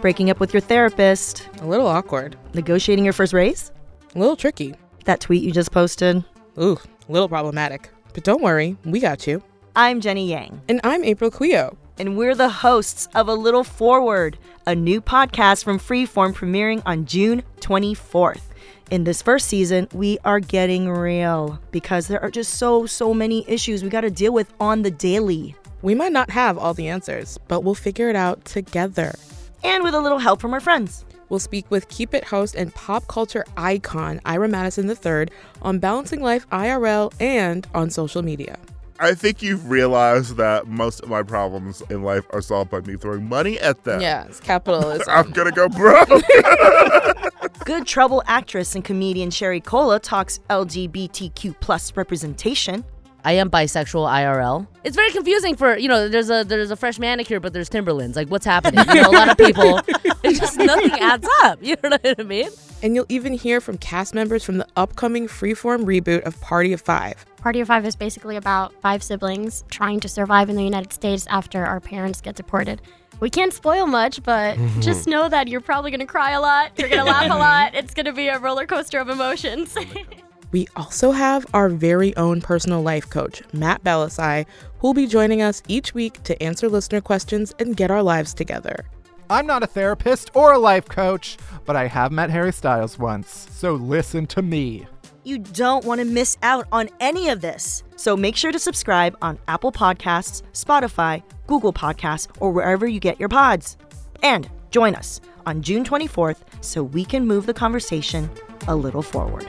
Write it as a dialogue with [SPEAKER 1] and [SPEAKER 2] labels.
[SPEAKER 1] breaking up with your therapist,
[SPEAKER 2] A little awkward.
[SPEAKER 1] negotiating your first raise,
[SPEAKER 2] A little tricky.
[SPEAKER 1] that tweet you just posted.
[SPEAKER 2] Ooh, a little problematic. But don't worry, we got you.
[SPEAKER 1] I'm Jenny Yang,
[SPEAKER 2] And I'm April Quio.
[SPEAKER 1] and we're the hosts of A Little Forward, a new podcast from Freeform premiering on June 24th. In this first season, we are getting real because there are just so, so many issues we got to deal with on the daily.
[SPEAKER 2] We might not have all the answers, but we'll figure it out together.
[SPEAKER 1] And with a little help from our friends.
[SPEAKER 2] We'll speak with Keep It host and pop culture icon Ira Madison III on balancing life IRL and on social media.
[SPEAKER 3] I think you've realized that most of my problems in life are solved by me throwing money at them.
[SPEAKER 2] Yes, capitalism.
[SPEAKER 3] Uh, I'm gonna go broke.
[SPEAKER 1] Good Trouble actress and comedian Sherry Cola talks LGBTQ plus representation.
[SPEAKER 4] I am bisexual IRL. It's very confusing for you know. There's a there's a fresh manicure, but there's Timberlands. Like what's happening? You know, a lot of people. It's just nothing adds up. You know what I mean?
[SPEAKER 2] and you'll even hear from cast members from the upcoming freeform reboot of Party of Five.
[SPEAKER 5] Party of Five is basically about five siblings trying to survive in the United States after our parents get deported. We can't spoil much, but just know that you're probably going to cry a lot. You're going to laugh a lot. It's going to be a roller coaster of emotions.
[SPEAKER 2] We also have our very own personal life coach, Matt Belisai, who'll be joining us each week to answer listener questions and get our lives together.
[SPEAKER 6] I'm not a therapist or a life coach, but I have met Harry Styles once, so listen to me.
[SPEAKER 1] You don't want to miss out on any of this. So make sure to subscribe on Apple Podcasts, Spotify, Google Podcasts, or wherever you get your pods. And join us on June 24th so we can move the conversation a little forward.